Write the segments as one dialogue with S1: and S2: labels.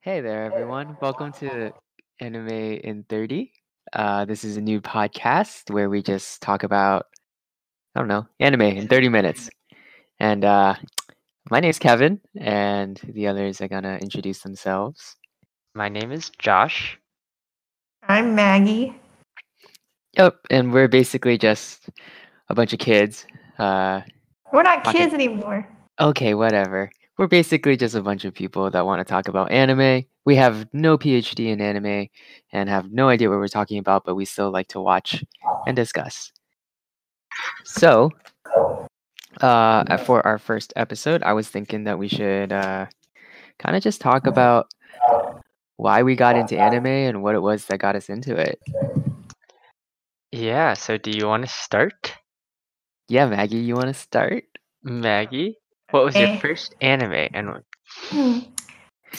S1: Hey there, everyone. Welcome to Anime in 30. Uh, this is a new podcast where we just talk about, I don't know, anime in 30 minutes. And uh, my name's Kevin, and the others are going to introduce themselves.
S2: My name is Josh.
S3: I'm Maggie.
S1: Yep, and we're basically just a bunch of kids. Uh,
S3: We're not
S1: Okay.
S3: kids anymore.
S1: okay, whatever. We're basically just a bunch of people that want to talk about anime. We have no PhD in anime and have no idea what we're talking about, but we still like to watch and discuss. So, uh, uh, for our first episode, I was thinking that we should uh, kind of just talk about why we got into anime and what it was that got us into it.
S2: Yeah, so do you want to start?
S1: Yeah, Maggie, you want to start?
S2: Maggie, what was your
S3: Eh.
S2: first anime? And what-
S3: Hmm.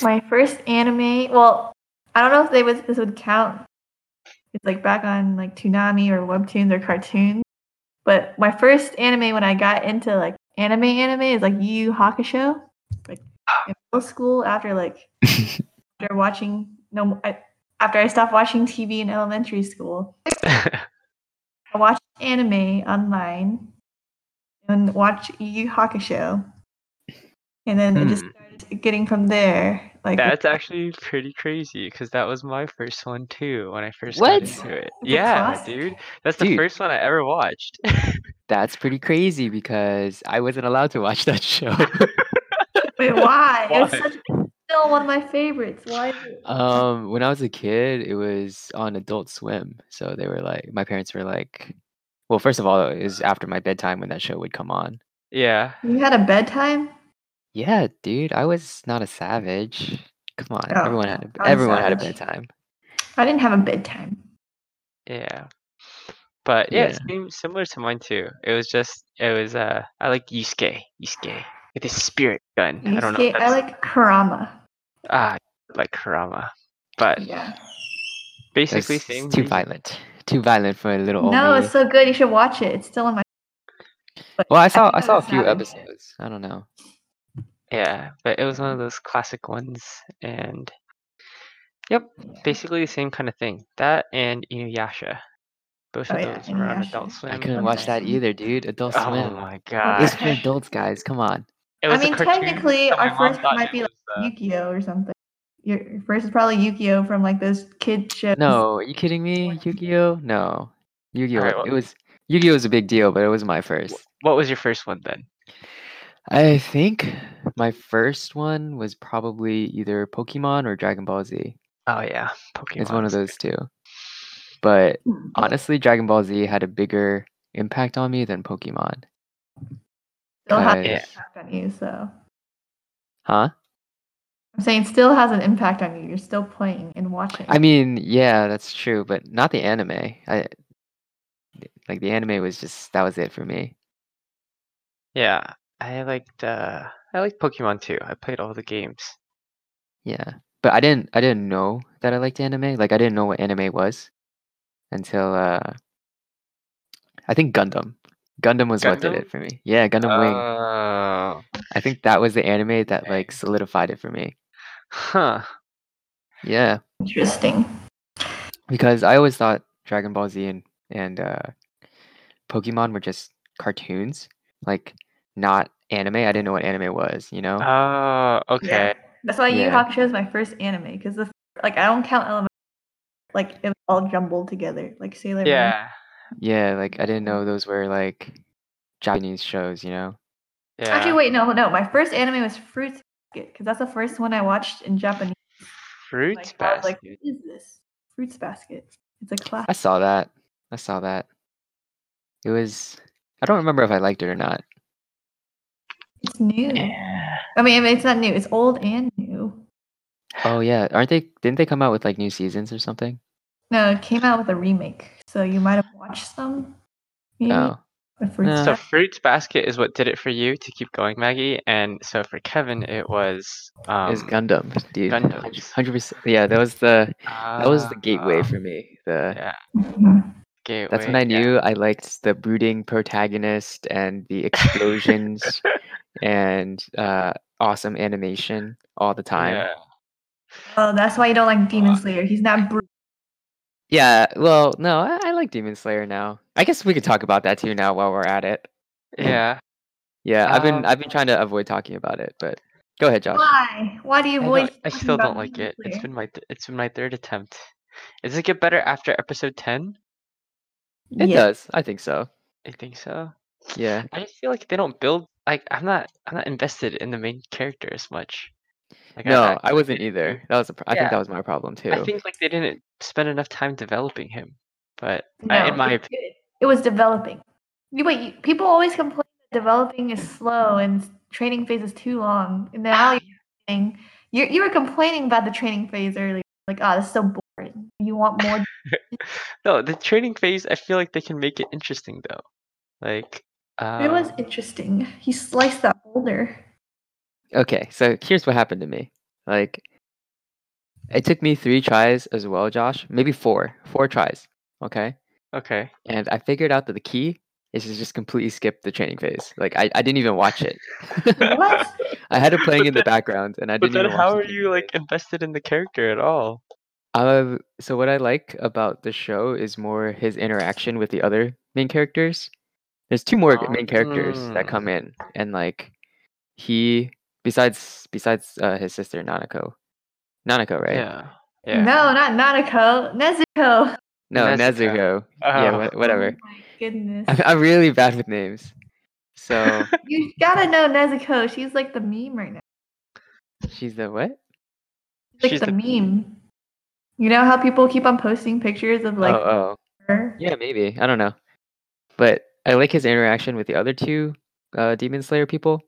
S3: My first anime. Well, I don't know if they was this would count. It's like back on like Toonami or webtoons or cartoons. But my first anime when I got into like anime anime is like Yu Yu Hakusho. Like in middle school after like after watching no I, after I stopped watching TV in elementary school. I watched anime online and watched Yu Yu Hakusho. And then it just
S2: Hmm.
S3: started getting from there. Like
S2: That's actually pretty crazy because that was my first one too when I first
S1: What?
S2: got into it.
S3: a
S2: yeah,
S3: classic.
S2: dude, that's the
S1: Dude.
S2: first one I ever watched.
S1: That's pretty crazy because I wasn't allowed to watch that show.
S3: wait, why? It's
S2: Why?
S3: such still one of my favorites. Why is it?
S1: Um, when I was a kid, it was on Adult Swim. So they were like, my parents were like, well, first of all, it was after my bedtime when that show would come on.
S2: yeah,
S3: you had a bedtime?
S1: Yeah, dude, I was not a savage. Come on,
S3: Oh,
S1: everyone had a,
S3: I'm
S1: everyone had a
S3: savage.
S1: bedtime.
S3: I didn't have a bedtime.
S2: yeah, but yeah, it's same, similar to mine too. It was just it was uh I like Yusuke, Yusuke with his spirit gun. I don't know. if
S3: Yusuke- I
S2: that's-
S3: like Kurama.
S2: ah, like Kurama, but
S3: Yeah.
S2: basically
S1: It's
S2: same.
S1: too
S2: reason.
S1: violent. Too violent for a little old
S3: No,
S1: me.
S3: it's so good. You should watch it. It's still in my. but
S1: Well, I saw
S3: think
S1: I
S3: was
S1: saw a few
S3: savage.
S1: episodes. I don't know.
S2: Yeah, but it was one of those classic ones, and yep, basically the same kind of thing. That and Inuyasha, both
S3: Oh,
S2: of
S3: yeah,
S2: those were on Adult
S3: Inuyasha.
S2: Swim.
S1: I couldn't
S3: I'm
S1: watch that
S3: sorry.
S1: either, dude. Adult
S2: oh
S1: Swim.
S2: my
S3: It's
S1: It's
S2: god!
S1: for adults, guys. Come on.
S2: It
S3: I
S2: was a
S3: mean,
S2: cartoon,
S3: technically,
S2: but my
S3: our
S2: mom
S3: first
S2: thought
S3: might
S2: it
S3: be,
S2: was, uh,
S3: Yukio or something. Your your first is probably Yukio from like those kid shows.
S1: No, are you kidding me?
S3: What?
S1: Yu-Gi-Oh? No. Yu-Gi-Oh.
S2: Alright, well-
S1: It was Yu-Gi-Oh was a big deal, but it was my first.
S2: What was your first one then?
S1: I think my first one was probably either Pokemon or Dragon Ball Z.
S2: Oh yeah, Pokemon.
S1: It's one of those two. But
S3: Hmm.
S1: honestly, Dragon Ball Z had a bigger impact on me than Pokemon.
S3: Still has an
S1: 'cause-
S3: impact on you, so
S1: Huh?
S3: I'm saying still has an impact on you. You're still playing and watching.
S1: I mean, yeah, that's true, but not the anime. I like the anime was just that was it for me.
S2: Yeah, I liked. Uh, I liked Pokemon too. I played all the games.
S1: Yeah, but I didn't I didn't know that I liked anime. Like I didn't know what anime was until uh I think Gundam. Gundam was what did
S2: Gundam?
S1: it for me. Yeah, Gundam Wing.
S2: Oh,
S1: I think that was the anime that
S2: okay.
S1: like solidified it for me.
S2: huh.
S1: Yeah,
S3: Interesting.
S1: because I always thought Dragon Ball Z and and uh Pokemon were just cartoons, like not anime. I didn't know what anime was, you know?
S2: Oh, okay.
S3: That's why Yu Yu
S1: Yeah.
S3: Hakusho is my first anime because the like I don't count element like it was all jumbled together like Sailor Moon.
S2: Yeah,
S1: Yeah, like I didn't know those were like Japanese shows, you know?
S2: yeah.
S3: Actually, wait, no, no. My first anime was Fruits Basket because that's the first one I watched in Japanese.
S2: Fruits
S3: Like, I was
S2: basket.
S3: like, what is this? Fruits Basket. It's a
S1: I
S3: classic.
S1: saw that. I saw that. It was I don't remember if I liked it or not.
S3: It's new.
S2: yeah.
S3: I mean, I mean, it's not new. It's old and new.
S1: Oh yeah, aren't they didn't they come out with like new seasons or something?
S3: No, it came out with a remake, so you might have watched some. Maybe.
S1: No.
S3: with Fruits
S1: No.
S2: So
S3: Basket.
S2: fruits basket is what did it for you to keep going, Maggie. And so for Kevin, it was um,
S1: It was Gundam, dude.
S2: Gundams.
S1: Hundred percent. Yeah, that was the that was the
S2: Ah,
S1: gateway for me. The
S2: yeah,
S3: Mhm.
S2: gateway.
S1: that's when I
S2: yeah.
S1: knew I liked the brooding protagonist and the explosions and uh, awesome animation all the time.
S2: Yeah.
S3: Oh, that's why you don't like Demon Slayer. He's
S2: Oh.
S3: not brutal.
S1: Yeah, well, no, I, I like Demon Slayer now. I guess we could talk about that too now while we're at it.
S2: Yeah.
S1: Yeah, I've been
S2: Um,
S1: I've been trying to avoid talking about it, but go ahead, Josh.
S3: Why? Why do you
S2: I,
S3: avoid?
S2: don't- I
S3: talking
S2: still
S3: about
S2: don't like
S3: Demon
S2: it. It's
S3: Slayer?
S2: been my th- it's been my third attempt. Does it get better after episode ten?
S1: It
S3: Yeah.
S1: does. I think so.
S2: I think so.
S1: Yeah.
S2: I just feel like they don't build like I'm not I'm not invested in the main character as much. Like, I'm
S1: No,
S2: not-
S1: I wasn't either. That was a pro- I
S2: Yeah.
S1: think that was my problem too.
S2: I think like they didn't spend enough time developing him. But
S3: No,
S2: I- in my
S3: it, did. It was developing. You wait. You, people always complain that developing is slow and training phase is too long. And now you're saying- you you were complaining about the training phase earlier, like, oh, this is so boring. You want more?
S2: no, the training phase I feel like they can make it interesting though. Like um,
S3: it was interesting. He sliced that boulder.
S1: Okay, so here's what happened to me. Like, it took me three tries as well, Josh. Maybe four, four tries. Okay,
S2: okay.
S1: and I figured out that the key is to just completely skip the training phase. Like, I, I didn't even watch it.
S3: What?
S1: I had it playing
S2: But
S1: in the
S2: then-
S1: background, and I
S2: But
S1: didn't.
S2: then
S1: even watch
S2: how
S1: the
S2: are
S1: training
S2: you like invested in the character at all?
S1: Uh, so what I like about the show is more his interaction with the other main characters. There's two more main characters that
S2: Ah.
S1: come in, and like he besides besides uh, his sister Nanako, Nanako, right?
S2: Yeah. Yeah.
S3: No, not Nanako. Nezuko.
S1: No,
S2: Nezuko.
S1: Nezuko. Yeah,
S2: Oh,
S1: wha- whatever.
S3: Oh my goodness.
S1: I'm, I'm really bad with names. So
S3: you gotta know Nezuko. She's like the meme right now.
S1: she's the what?
S3: She's like
S2: She's
S3: the, meme. You know how people keep on posting pictures of like
S1: oh, oh.
S3: her?
S1: Yeah, maybe. I don't know. But I like his interaction with the other two uh, Demon Slayer people.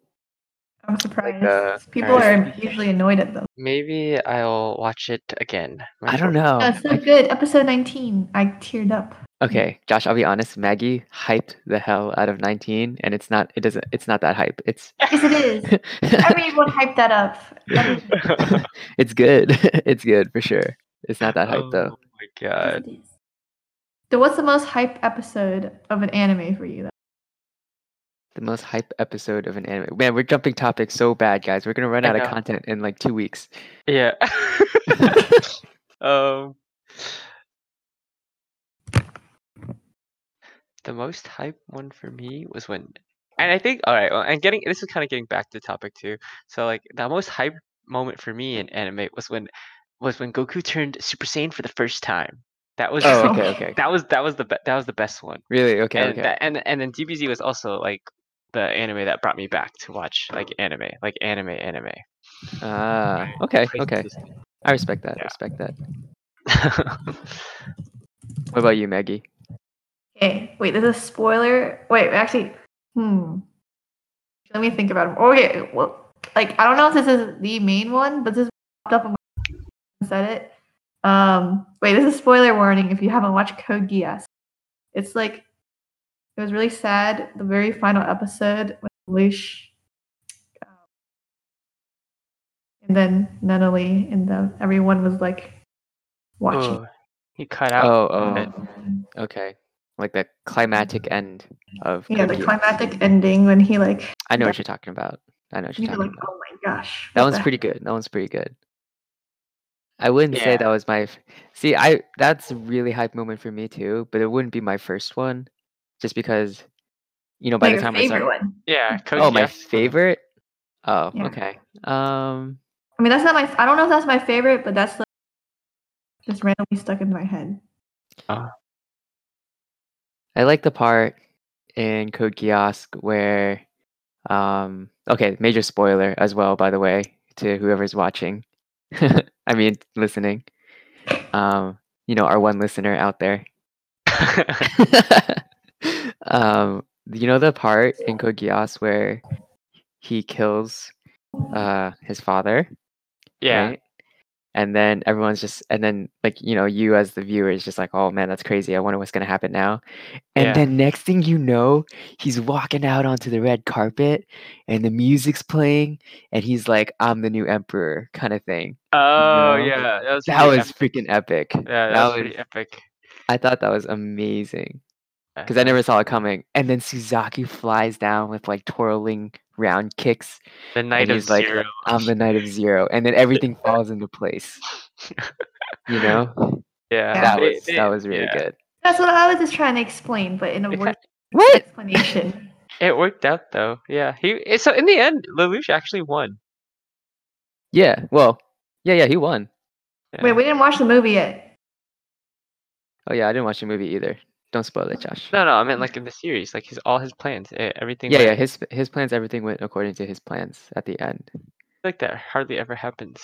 S3: I'm surprised.
S1: uh,
S3: people are
S1: Alright.
S3: usually annoyed at them.
S2: maybe I'll watch it again.
S1: I don't know.
S3: Oh, it's so good. Episode 19. I teared up.
S1: Okay, Josh, I'll be honest. Maggie hyped the hell out of 19, and it's not. It doesn't. It's not that hype. It's.
S3: Yes, it is. Everyone hyped that up. Everyone.
S2: know.
S1: it's good. it's good for sure. It's not that hype though.
S2: Oh my
S3: Yes,
S2: god.
S3: it is. So, what's the most hyped episode of an anime for you? Though?
S1: The most hype episode of an anime. Man, we're jumping topics so bad, guys. We're gonna run
S2: I
S1: out of
S2: know.
S1: content in like two weeks.
S2: Yeah. um, the most hype one for me was when, and I think all right. Well, and getting this is kind of getting back to topic too. So like the most hype moment for me in anime was when was when Goku turned Super Saiyan for the first time. That was
S1: Oh,
S2: like,
S1: okay, okay.
S2: that was that was the be- that was the best one.
S1: Really? Okay,
S2: and
S1: okay.
S2: that, and and then DBZ was also like the anime that brought me back to watch like anime, like anime, anime.
S1: Ah, okay,
S2: Crazy
S1: okay.
S2: system.
S1: I respect that. I
S2: Yeah.
S1: Respect that. What about you, Maggie?
S3: Okay, wait, there's a spoiler. Wait, actually, hmm. Let me think about them. Okay, well, like I don't know if this is the main one, but this popped up when I said it. Um, wait, this is spoiler warning if you haven't watched Code Geass. It's like it was really sad. The very final episode with Lush, um, and then Nunnally, and then everyone was like watching.
S2: oh, he cut out.
S1: Oh,
S2: it.
S1: oh, okay. Like the climatic end of.
S3: Yeah, the
S1: Cookie.
S3: climactic ending when he like
S1: I know
S3: yeah.
S1: what you're talking about. I know what you're
S3: You're
S1: talking
S3: like,
S1: about.
S3: oh my gosh.
S1: That
S3: what
S1: one's
S3: the
S1: pretty good. That one's pretty good. I wouldn't say
S2: Yeah.
S1: that was my. f- See, I that's a really hype moment for me too, but it wouldn't be my first one, just because, you know, by
S3: heck?
S1: the
S3: Like,
S1: time I
S3: your favorite
S1: started.
S3: one.
S2: Yeah. Code
S1: Oh, my
S2: Geass.
S1: favorite. Oh,
S3: Yeah.
S1: okay. Um,
S3: I mean, that's not my. I don't know if that's my favorite, but that's like just randomly stuck in my head.
S1: I like the part in Code Kiosk where, um, okay, major spoiler as well, by the way, to whoever's watching. I mean, listening. Um, you know, our one listener out there. um, you know the part in Code Geass where he kills uh his father,
S2: yeah.
S1: right? And then everyone's just, and then like you know, you as the viewer is just like, oh man, that's crazy. I wonder what's gonna happen now. And
S2: Yeah.
S1: then next thing you know, he's walking out onto the red carpet, and the music's playing, and he's like, I'm the new emperor, kind of thing.
S2: Oh,
S1: know?
S2: yeah. That was.
S1: That
S2: pretty
S1: was
S2: epic.
S1: freaking epic.
S2: Yeah, that,
S1: that
S2: was pretty
S1: was-
S2: epic.
S1: I thought that was amazing
S2: Yeah.
S1: because I never saw it coming. And then Suzaki flies down with like twirling round kicks.
S2: The night
S1: and
S2: of
S1: he's like,
S2: zero.
S1: I'm the knight of zero, and then everything falls into place. You know,
S2: yeah,
S1: that
S2: they-
S1: was
S2: they-
S1: that was really
S2: yeah.
S1: good.
S3: That's what I was just trying to explain, but in a
S2: Yeah.
S3: word
S1: What?
S3: explanation.
S2: It worked out though. Yeah, he. it- So in the end, Lelouch actually won.
S1: Yeah. Well. Yeah. Yeah. He won.
S2: Yeah.
S3: Wait, we didn't watch the movie yet.
S1: Oh yeah, I didn't watch the movie either. Don't spoil it, Josh.
S2: No, no, I meant like in the series, like his all his plans, e- everything.
S1: Yeah.
S2: went-
S1: Yeah. His his plans. Everything went according to his plans at the end.
S2: like that hardly ever happens.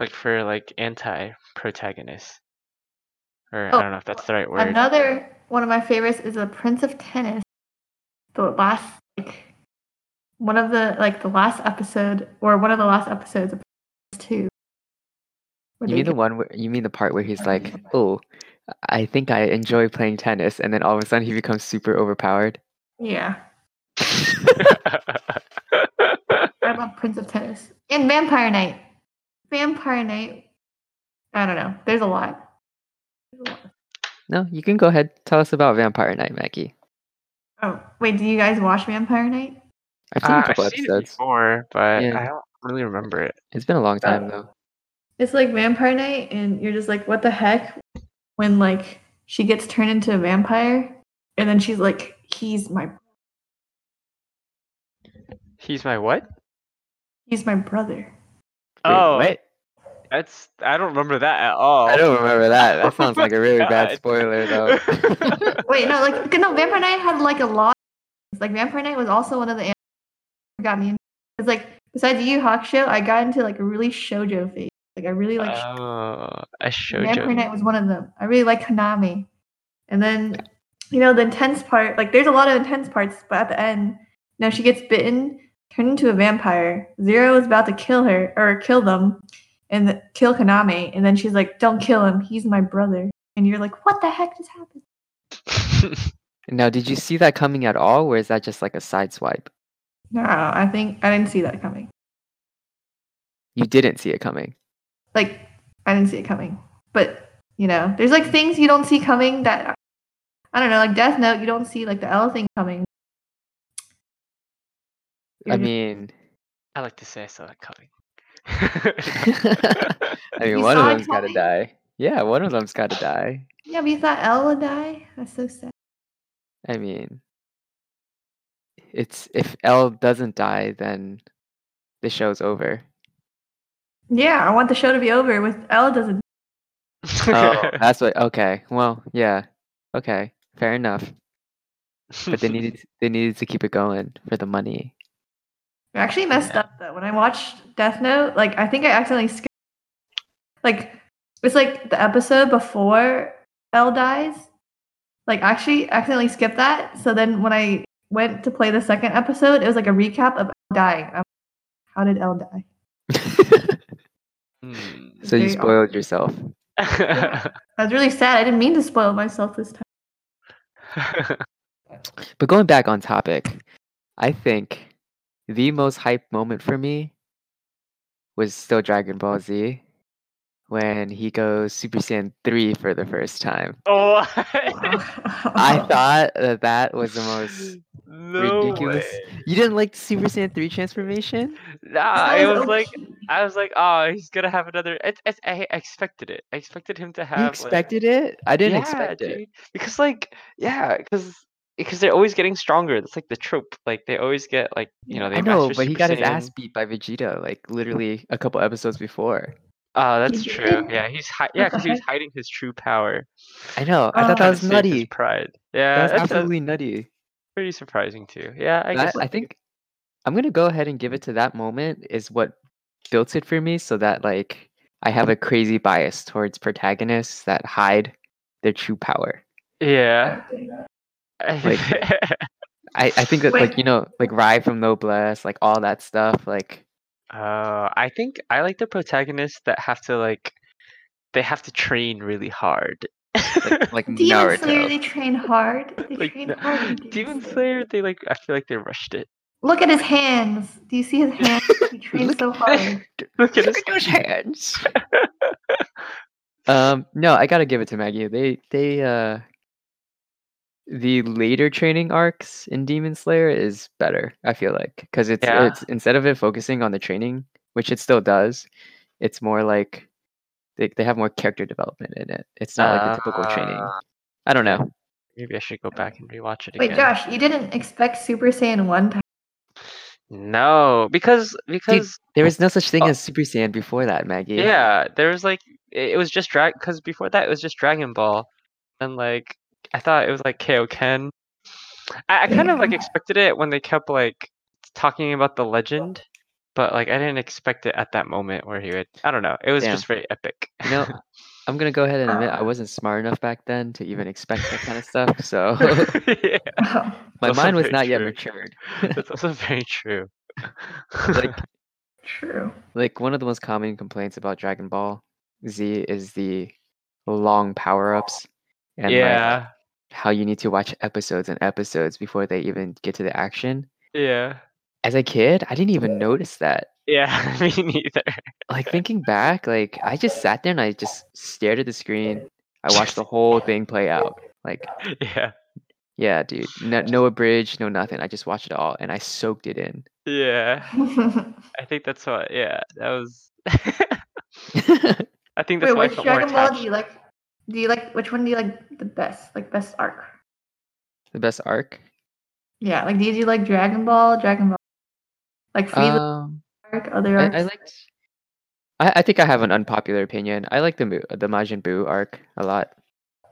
S2: Like for like anti protagonists, or
S3: Oh,
S2: I don't know if that's the right word.
S3: Another one of my favorites is The Prince of Tennis. The last like one of the like the last episode or one of the last episodes of two. where
S1: You
S3: they
S1: mean the
S3: go-
S1: one where you mean the part where he's
S3: Yeah.
S1: like, "Oh, I think I enjoy playing tennis," and then all of a sudden he becomes super overpowered.
S3: yeah. I love Prince of Tennis. And Vampire Knight. Vampire Knight. I don't know. There's a lot. There's a lot.
S1: No, you can go ahead. Tell us about Vampire Knight, Maggie.
S3: Oh, wait, do you guys watch Vampire Knight?
S1: I've seen
S2: Uh,
S1: a
S2: I've
S1: couple
S2: seen it
S1: episodes.
S2: before, but
S1: Yeah.
S2: I don't really remember it.
S1: It's been a long
S2: Uh,
S1: time though.
S3: It's like Vampire Knight, and you're just like, what the heck? When like she gets turned into a vampire, and then she's like, he's my
S2: He's my what?
S3: he's my brother.
S1: Wait, what?
S2: Oh, that's I don't remember that at all.
S1: I don't remember that. That sounds like a really
S2: Oh God.
S1: bad spoiler though.
S3: Wait, no, like no, Vampire Knight had like a lot. Like Vampire Knight was also one of the animes that got me. Into. It's like besides Yu Yu Hakusho, I got into like a really shojo phase. Like I really like
S2: oh, a
S3: Vampire
S2: shoujo.
S3: Knight was one of them. I really like Konami. And then, you know, the intense part, like there's a lot of intense parts, but at the end, now she gets bitten, turned into a vampire. Zero is about to kill her or kill them and th- kill Konami. And then she's like, don't kill him. He's my brother. And you're like, what the heck just happened?
S1: now, did you see that coming at all, or is that just like a side swipe?
S3: No, I think I didn't see that coming.
S1: You didn't see it coming.
S3: Like, I didn't see it coming. But, you know, there's like things you don't see coming that, I don't know, like Death Note, you don't see like the L thing coming.
S1: I
S3: You're just-
S1: mean,
S2: I like to say I saw that coming.
S1: I I mean,
S3: You
S1: one of
S3: saw it
S1: them's got to
S3: coming?
S1: die. Yeah, one of them's got to die.
S3: Yeah, but you thought Elle would die? That's so sad.
S1: I mean, it's if L doesn't die, then the show's over.
S3: Yeah, I want the show to be over with Elle doesn't.
S1: Oh, that's what. Okay. Well, yeah. Okay. Fair enough. But they needed they needed to keep it going for the money.
S3: I actually messed up though. When I watched Death Note, like I think I accidentally skipped. Like it's like the episode before Elle dies. Like I actually accidentally skipped that. So then when I went to play the second episode, it was like a recap of Elle dying. I'm like, How did Elle die?
S2: Hmm.
S1: so you
S3: Very odd.
S1: spoiled yourself.
S3: I was really sad. I didn't mean to spoil myself this time.
S1: But going back on topic, I think the most hype moment for me was still Dragon Ball Z when he goes Super Saiyan 3 for the first time.
S2: What?
S1: I thought that that was the most.
S2: No
S1: ridiculous.
S2: way.
S1: You didn't like the Super Saiyan 3 transformation?
S2: Nah,
S3: That
S2: it
S3: was
S2: was like
S3: okay.
S2: I was like, oh, he's gonna have another. It, it, I expected it. I expected him to have.
S1: You
S2: like-
S1: expected it? I didn't
S2: yeah,
S1: expect it.
S2: dude. Because like, yeah, because because they're always getting stronger. That's like the trope. Like they always get like you know they.
S1: I know,
S2: master
S1: but he
S2: Super
S1: got his
S2: Saiyan.
S1: ass beat by Vegeta like literally a couple episodes before.
S2: Oh, that's
S3: He
S2: true.
S3: did?
S2: Yeah, he's hi-
S3: What
S2: yeah,
S3: the
S2: because he was hiding his true power.
S1: I know. I thought
S3: Oh.
S1: that
S2: trying
S1: was
S2: to save his
S1: nutty.
S2: pride. Yeah,
S1: That was
S2: that's, that's
S1: absolutely nutty.
S2: pretty surprising too. Yeah, I
S1: that,
S2: guess. Mm-hmm.
S1: I think I'm gonna go ahead and give it to that moment is what built it for me, so that like I have a crazy bias towards protagonists that hide their true power.
S2: Yeah.
S1: I, I think that like
S3: Wait.
S1: you know like Rai from Noblesse, like all that stuff. Like
S2: Uh, I think I like the protagonists that have to like, they have to train really hard.
S1: like, like
S3: Demon
S1: Naruto.
S3: Slayer, they train hard. They
S2: Like,
S3: train
S2: no-
S3: hard. in
S2: Demon Slayer, they like. I feel like they rushed it.
S3: Look at his hands. Do you see his hands? He trained
S1: Look-
S3: so hard.
S2: Look at
S1: Look
S2: this.
S1: at those hands. um, no, I gotta give it to Maggie. They they uh the later training arcs in Demon Slayer is better. I feel like because it's
S2: Yeah.
S1: it's instead of it focusing on the training, which it still does, it's more like they they have more character development in it. It's not like the typical training.
S2: Ah,
S1: I don't know.
S2: Maybe I should go back and rewatch it
S3: Wait,
S2: again.
S3: Josh, you didn't expect Super Saiyan 1 power?
S2: No, because because
S1: There was no such thing
S2: Oh.
S1: as Super Saiyan before that, Maggie.
S2: yeah, there was like it, it was just drag because before that it was just Dragon Ball, and like I thought it was like Kaioken. I, I kind of like
S3: Yeah.
S2: expected it when they kept like talking about the legend, but like I didn't expect it at that moment where he would. I don't know. It was
S1: Damn.
S2: just very epic.
S1: You know, I'm gonna go ahead and admit I wasn't smart enough back then to even expect that kind of stuff. So
S2: Yeah,
S3: Oh,
S1: my
S2: Also
S1: mind was
S2: very
S1: not yet
S2: true.
S1: matured.
S2: that's also very true.
S1: Like
S3: true.
S1: like one of the most common complaints about Dragon Ball Z is the long power ups and like,
S2: yeah,
S1: how you need to watch episodes and episodes before they even get to the action.
S2: yeah,
S1: As a kid, I didn't even notice that.
S2: yeah. Me neither.
S1: Like thinking back, like I just sat there and I just stared at the screen. I watched the whole thing play out. Like,
S2: Yeah,
S1: yeah, dude, no, no abridged, no nothing. I just watched it all and I soaked it in.
S2: yeah. I think that's what. Yeah, that was. I think that's
S3: Wait,
S2: why I
S3: which
S2: felt more
S3: Dragon Ball do
S2: attached.
S3: you like? Do you like which one do you like the best? Like best arc?
S1: the best arc.
S3: Yeah, like do you do like Dragon Ball, Dragon Ball, like Frieza
S1: Um,
S3: arc, other
S1: I,
S3: arcs?
S1: I liked. I, I think I have an unpopular opinion. I like the Mu- the Majin Buu arc a lot.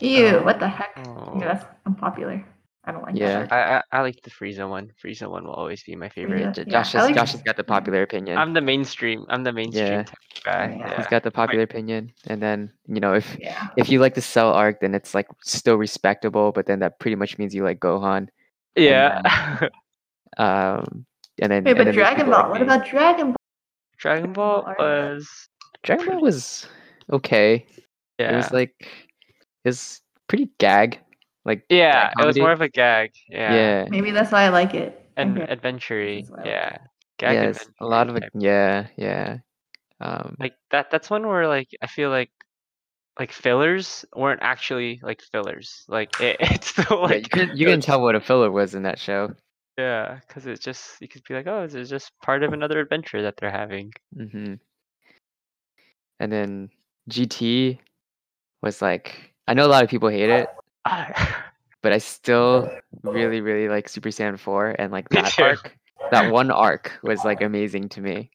S3: Ew,
S2: um,
S3: what the heck?
S2: Oh.
S3: Yeah, that's unpopular. I don't like
S1: Yeah.
S3: that. arc.
S2: I, I I like the Frieza one. Frieza one will always be my favorite.
S3: Yeah,
S1: J- Josh,
S3: yeah, I
S1: has,
S3: like- Mm-hmm.
S1: Josh has got the popular opinion.
S2: I'm the mainstream. I'm the mainstream
S1: Yeah.
S2: type of guy.
S3: Yeah.
S1: He's
S2: Yeah.
S1: got the popular opinion, and then you know if
S3: Yeah.
S1: if you like the Cell arc, then it's like still respectable, but then that pretty much means you like Gohan.
S2: Yeah.
S1: Um, and then
S3: Wait,
S1: and
S3: but
S1: then there's
S3: Dragon
S1: people like
S3: Ball. What
S1: me.
S3: about Dragon Ball?
S2: Dragon Ball
S3: Ball are-
S2: was
S1: Dragon Ball was okay.
S2: yeah.
S1: It was like it's pretty gag. Like
S2: yeah, it was
S1: comedy.
S2: more of a gag.
S1: yeah,
S2: Yeah.
S1: yeah,
S3: Maybe that's why I like it.
S2: And
S3: Okay.
S2: adventure.
S3: That's what I like.
S2: Yeah. Gag
S1: it's a lot of
S2: adventure
S1: it.
S2: type.
S1: Yeah, yeah. Um,
S2: like that that's one where like I feel like like fillers weren't actually like fillers. Like it, it's still
S1: yeah,
S2: like
S1: you can you can tell what a filler was in that show.
S2: Yeah, because it's just you could be like, oh, this is just part of another adventure that they're having.
S1: hmm And then GT was like, I know a lot of people hate it,
S2: Ah,
S1: but I still really, really like Super Saiyan 4 and like
S2: Me
S1: that
S2: too.
S1: arc. That one arc was like amazing to me,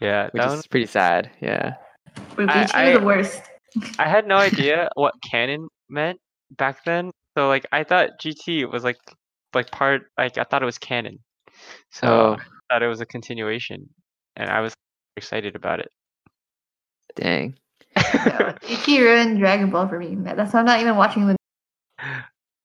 S2: yeah,
S1: which
S2: that one,
S1: is pretty sad. Yeah.
S3: Wait,
S2: I-
S3: Bleach
S2: I-
S3: is the worst.
S2: I had no idea what canon meant back then. So like, I thought GT was like like part like I thought it was canon. So
S3: Oh.
S1: So
S2: I thought it was a continuation, and I was excited about it.
S1: dang.
S3: No, GT ruined Dragon Ball for me. That's why I'm not even watching the.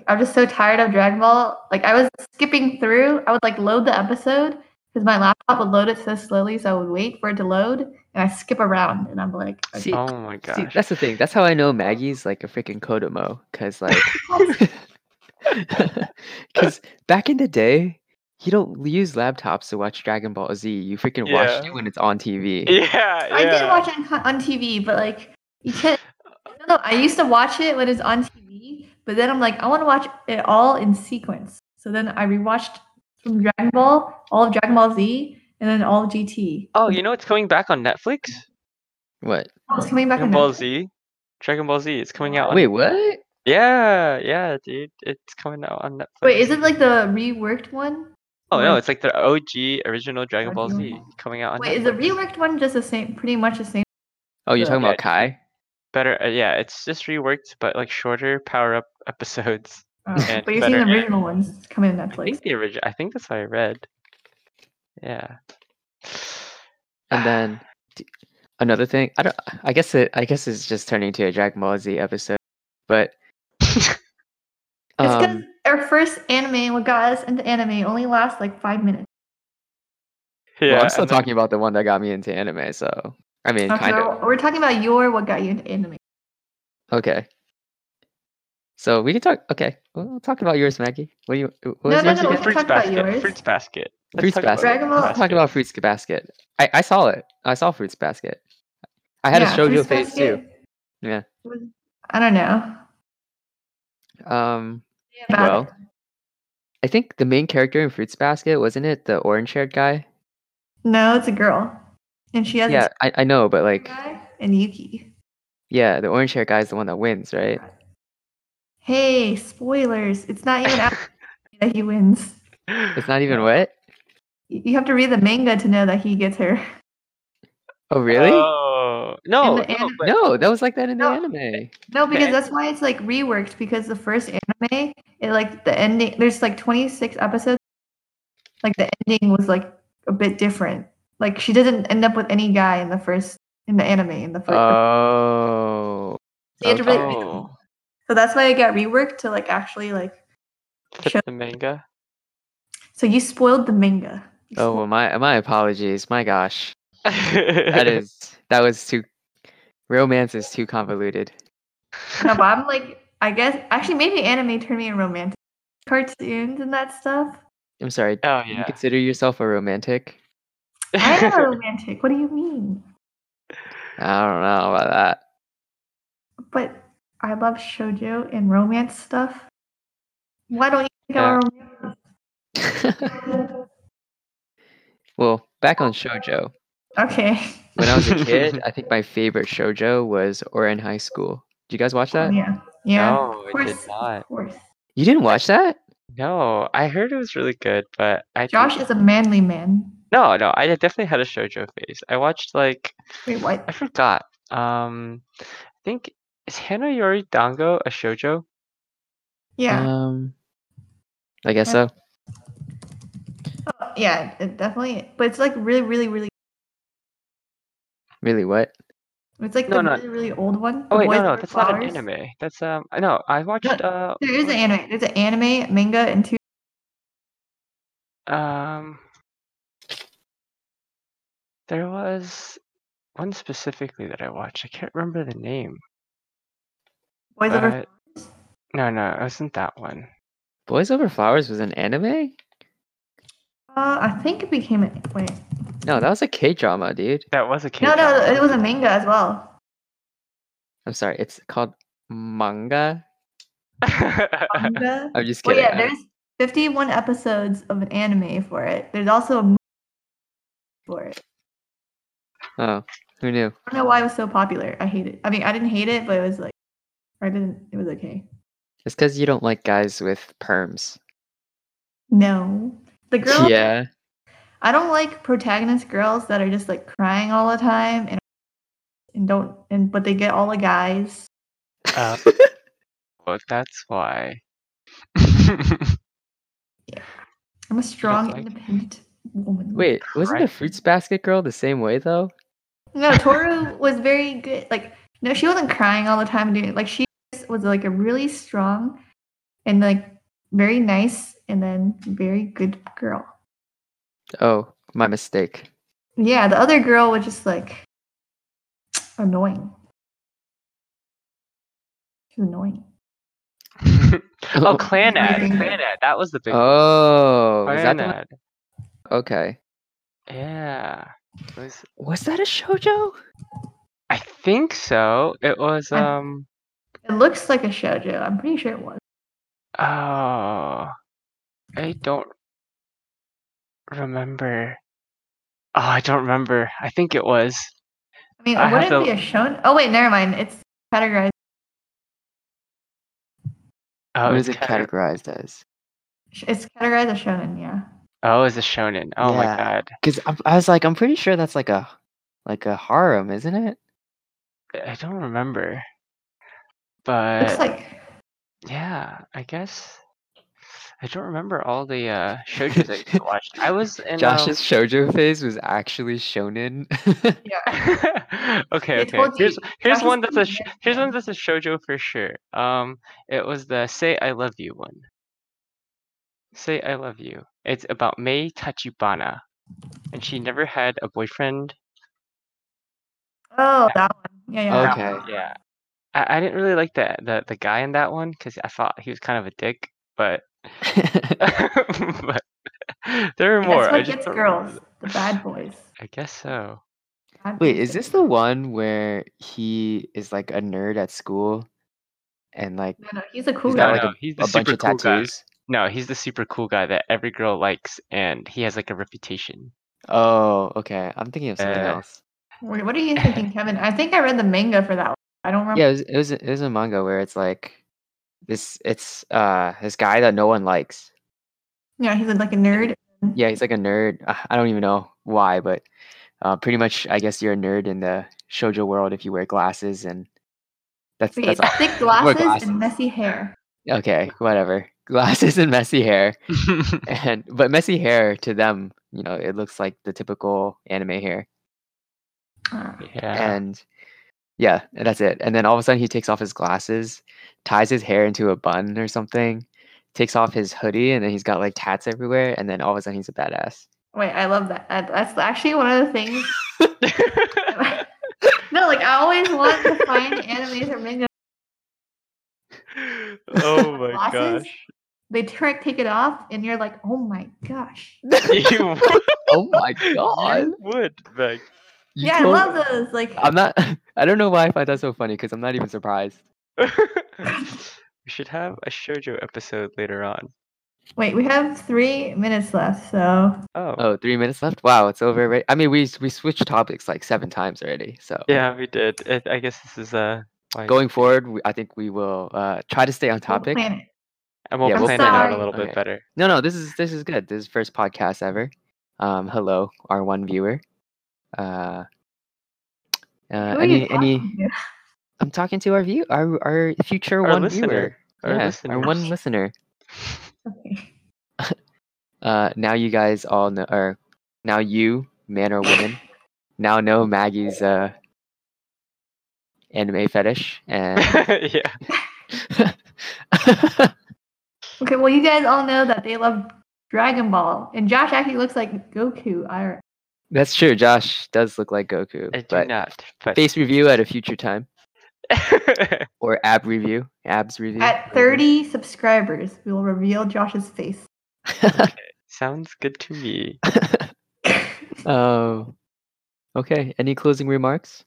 S3: I'm just so tired of Dragon Ball. Like I was skipping through. I would like load the episode because my laptop would load it so slowly, so I would wait for it to load, and I skip around, and I'm like,
S1: See,
S2: oh my gosh.
S1: see, that's the thing. That's how I know Maggie's like a freaking Kodomo. Cause like, cause back in the day, you don't use laptops to watch Dragon Ball Z. You freaking watch
S2: Yeah.
S1: it when it's on TV.
S2: yeah,
S3: I did
S2: yeah.
S3: watch it on, co- on TV, but like you can't. No, no, I used to watch it when it's on TV, but then I'm like, I want to watch it all in sequence. So then I rewatched from Dragon Ball, all of Dragon Ball Z, and then all of GT.
S2: Oh, you know it's coming back on Netflix.
S1: What?
S3: it's coming back.
S2: Dragon
S3: on
S2: Ball
S3: Netflix.
S2: Z. Dragon Ball Z. It's coming out. on
S1: Wait, what?
S2: Yeah, yeah, dude. It's coming out on Netflix.
S3: Wait, is it like the reworked one?
S2: Oh no,
S3: Wait.
S2: it's like the OG original Dragon Ball Z
S3: Original.
S2: coming out on
S3: Wait, is the
S2: Netflix.
S3: reworked one just the same? Pretty much the same.
S1: Oh, you're
S3: Yeah.
S1: talking
S2: Yeah,
S1: about Kai?
S2: better? Uh, yeah, it's just reworked, but like shorter power up episodes.
S3: uh,
S2: And
S3: but you're seeing the
S2: better.
S3: original ones coming on
S2: I
S3: Netflix.
S2: think the original. I think that's what I read. Yeah.
S1: And then d- another thing, I don't. I guess it. I guess it's just turning to a Dragon Ball Z episode, but
S3: It's because
S1: um,
S3: our first anime, what got us into anime, only lasts like five minutes.
S2: yeah,
S1: well, I'm still
S2: and then-
S1: talking about the one that got me into anime. So I mean,
S3: Okay,
S1: kind of.
S3: we're- we're talking about your what got you into anime.
S1: Okay. So we can talk. Okay, we'll we'll talk about yours, Maggie. What do you? What was
S3: No, no,
S1: yours
S3: no,
S1: again?
S3: let's
S2: Fruits
S3: talk about
S2: basket.
S3: yours.
S2: Fruits basket. Let's
S1: Fruits
S2: talk about
S1: Basket.
S3: Dragon Ball-
S1: Let's talk about Fruits Basket. I, I saw it. I saw Fruits Basket. I had a
S3: Yeah,
S1: shoujo
S3: Fruits
S1: face too.
S3: Basket
S1: Yeah.
S3: was- I don't know.
S1: Um,
S3: About
S1: Well, I think the main character in Fruits Basket wasn't it the orange haired guy?
S3: No, it's a girl, and she has a
S1: Yeah, I, I know, but like,
S3: guy and Yuki.
S1: yeah, the orange haired guy is the one that wins, right?
S3: Hey, spoilers! It's not even out that he wins.
S1: It's not even what?
S3: Y- You have to read the manga to know that he gets her.
S1: Oh, really?
S2: Oh no,
S3: the
S2: no,
S3: anime-
S2: but-
S1: no, that was like that in the
S3: No.
S1: anime.
S3: No, because
S2: Okay.
S3: that's why it's like reworked. Because the first anime, it like the ending. There's like 26 episodes. Like the ending was like a bit different. Like she doesn't end up with any guy in the first in the anime in the first.
S1: Oh,
S3: they had to
S1: okay.
S3: really-
S2: oh,
S3: So that's why it got reworked to like actually like.
S2: fit
S3: Show-
S2: the manga.
S3: So you spoiled the manga. You
S1: oh,
S3: spoiled-
S1: well, my my apologies. My gosh, that is that was too romance is too convoluted.
S3: no, but I'm like I guess actually maybe anime turned me in romantic cartoons and that stuff.
S1: I'm sorry. do
S2: Oh
S1: You
S2: yeah.
S1: consider yourself a romantic?
S3: I am a romantic. What do you mean?
S1: I don't know about that.
S3: But I love shoujo and romance stuff. Why don't you think I'm a romantic?
S1: well, back on shojo.
S3: Okay.
S1: When I was a kid, I think my favorite shojo was Oren High School. Did you guys watch that?
S3: yeah. Yeah.
S2: No,
S3: of
S2: I did
S3: course.
S2: not.
S3: Of course.
S1: You didn't watch that?
S2: No, I heard it was really good, but I did-
S3: Josh is a manly man.
S2: no, no, I definitely had a shoujo phase. I watched like
S3: Wait, what?
S2: I forgot. Um, I think is Hana Yori Dango a shoujo?
S3: Yeah.
S1: Um, I guess
S3: Yeah.
S1: so.
S2: Uh,
S3: Oh, yeah, it definitely. But it's like really, really, really.
S1: Really, what?
S3: It's like
S2: No,
S3: the
S2: no.
S3: really, really old one.
S2: Oh
S3: The
S2: wait,
S3: Boys
S2: no, no,
S3: Over
S2: that's not an
S3: Flowers.
S2: anime. That's um, I know I watched uh,
S3: There is an anime. There's an anime, manga, and two.
S2: um, there was one specifically that I watched. I can't remember the name.
S3: Boys Over.
S2: but- No, no, it wasn't that one.
S1: Boys Over Flowers was an anime?
S3: Uh, I think it became a wait.
S1: No, that was a K drama, dude.
S2: That was a kid.
S3: No, no, it was a manga as well.
S1: I'm sorry. It's called manga.
S3: Manga.
S1: I'm just
S3: well,
S1: kidding.
S3: yeah,
S1: I-
S3: there's 51 episodes of an anime for it. There's also a movie for it.
S1: oh, who knew?
S3: I don't know why it was so popular. I hate it. I mean, I didn't hate it, but it was like, or I didn't. It was okay.
S1: It's because you don't like guys with perms.
S3: No, the girl.
S1: Yeah.
S3: I don't like protagonist girls that are just like crying all the time and and don't and but they get all the guys.
S2: Uh, well, that's why. Oh,
S3: I'm a strong,
S2: like-
S3: independent woman.
S1: Wait, wasn't the
S2: Right.
S1: Fruits Basket girl the same way though?
S3: No, Toru was very good. Like, no, she wasn't crying all the time. Dude. Like, she just was like a really strong and like very nice and then very good girl.
S1: Oh, my mistake.
S3: Yeah, the other girl was just like annoying. She's annoying.
S2: oh, Clan ad,
S3: Fighting.
S2: Clan ad. That was the big.
S1: Oh, is that
S2: Clan
S1: the one?
S2: ad.
S1: Okay.
S2: Yeah. It was-
S1: Was that a shojo?
S2: I think so. It was
S3: I-
S2: um.
S3: It looks like a shoujo. I'm pretty sure it was.
S2: Oh, I don't remember. Oh, I don't remember. I think it was.
S3: I mean,
S2: I have
S3: would it
S2: to-
S3: be a shonen? Oh wait, never mind. It's categorized
S2: Oh,
S1: What
S2: it's
S1: is it
S2: kind of-
S1: categorized as?
S3: it's categorized as shonen, yeah.
S2: oh, it's a shonen. Oh my
S1: Yeah.
S2: god.
S1: Because I was like, I'm pretty sure that's like a like a harem, isn't it?
S2: I don't remember.
S3: Looks
S2: But
S3: like
S2: yeah, I guess I don't remember all the uh shoujos that you watched. I was in um,
S1: Josh's shoujo phase was actually shonen.
S2: okay,
S3: I
S2: okay.
S3: told
S2: Here's
S3: you,
S2: here's
S3: Josh
S2: one
S3: is
S2: that's a
S3: pretty
S2: sh-
S3: good,
S2: here's one
S3: man.
S2: that's a shojo for sure. Um, it was the "Say I Love You" one. "Say I Love You." It's about Mei Tachibana, and she never had a boyfriend.
S3: oh that one. Yeah, yeah. that
S1: Okay.
S3: one.
S2: Yeah, I, I didn't really like the the the guy in that one because I thought he was kind of a dick, but but there were
S3: And
S2: more.
S3: That's
S2: I
S3: what
S2: just
S3: gets
S2: don't remember
S3: girls,
S2: the-
S3: the bad boys.
S2: I guess so.
S3: Bad
S1: Wait,
S3: boys
S1: is
S3: get
S1: this the one where he is like a nerd at school and like
S3: No, no, he's a cool
S1: He's
S2: No,
S1: got,
S3: guy.
S1: like,
S2: no, he's the
S1: a bunch
S2: super
S1: of
S2: cool guy.
S1: tattoos.
S2: No, he's the super cool guy that every girl likes, and he has like a reputation.
S1: Oh, okay. I'm thinking of something
S2: Uh,
S1: else.
S3: Wait, What are you thinking, Kevin? I think I read the manga for that. One. I
S2: Um,
S3: don't remember.
S1: Yeah, it was, it was it was a manga where it's like this it's uh this guy that no one likes.
S3: Yeah, he's like a nerd.
S1: Yeah, he's like a nerd. Uh, I don't even know why, but uh, pretty much I guess you're a nerd in the shoujo world if you wear glasses and that's
S3: Wait,
S1: that's all.
S3: thick
S1: Wear
S3: glasses,
S1: glasses.
S3: and messy hair.
S1: okay, whatever. Glasses and messy hair. And but messy hair to them, you know, it looks like the typical anime hair.
S3: Uh,
S2: yeah.
S1: and yeah, and that's it. And then all of a sudden, he takes off his glasses, ties his hair into a bun or something, takes off his hoodie, and then he's got like tats everywhere. And then all of a sudden, he's a badass.
S3: wait, I love that. I, that's actually one of the things. no, like I always want to find animes or manga
S2: oh my
S3: glasses.
S2: gosh.
S3: They try take it off, and you're like, oh my gosh.
S2: You would.
S1: Oh my god!
S2: You would. Like,
S1: You
S3: yeah,
S1: told-
S3: I love those. Like,
S1: I'm not. I don't know why I find that so funny because I'm not even surprised.
S2: we should have a shoujo episode later on.
S3: wait, we have three minutes left, so
S2: Oh.
S1: Oh, three minutes left. Wow, it's over already. I mean, we s- we switched topics like seven times already. So
S2: Yeah, we did. It, I guess this is uh like,
S1: going forward, we, I think we will uh, try to stay on
S3: we'll
S1: topic.
S3: plan it.
S2: and we'll
S1: yeah,
S3: we'll
S2: plan it
S3: plan
S2: out
S3: it.
S2: a little
S1: Okay.
S2: bit better.
S1: No, no, this is this is good. This is first podcast ever. Um, hello, our one viewer. Uh, uh
S3: Who are you
S1: any any?
S3: talking to?
S1: I'm talking to our view, our our future
S2: Our
S1: one
S2: listener,
S1: viewer.
S2: our
S1: yeah, our one listener.
S2: listeners.
S3: Okay.
S1: Uh, now you guys all know, or now you, man or woman, now know Maggie's uh anime fetish and.
S2: yeah.
S3: Okay, well, you guys all know that they love Dragon Ball, and Josh actually looks like Goku. I
S1: That's true. Josh does look like Goku,
S2: I do
S1: but
S2: not. But
S1: face review at a future time or ab review, abs review.
S3: at
S1: whatever.
S3: 30 subscribers, we will reveal Josh's face.
S2: sounds good to me.
S1: Oh, okay. Any closing remarks?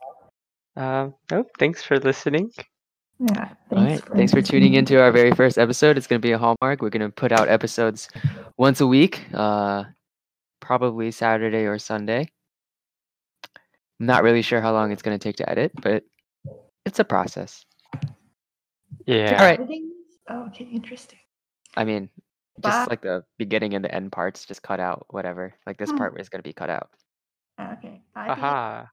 S2: Um, nope. Thanks for listening.
S3: Yeah.
S1: All right. Thanks for tuning
S3: listening.
S1: into our very first episode. It's going to be a hallmark. We're going to put out episodes once a week, uh, probably Saturday or Sunday. I'm not really sure how long it's going to take to edit, but it's a process.
S2: Yeah.
S1: All right.
S3: Oh, okay, interesting.
S1: I mean,
S3: Bye.
S1: just like the beginning and the end parts, just cut out whatever. Like this
S3: Hmm.
S1: part is going to be cut out.
S3: Okay. Bye. people.
S2: Aha.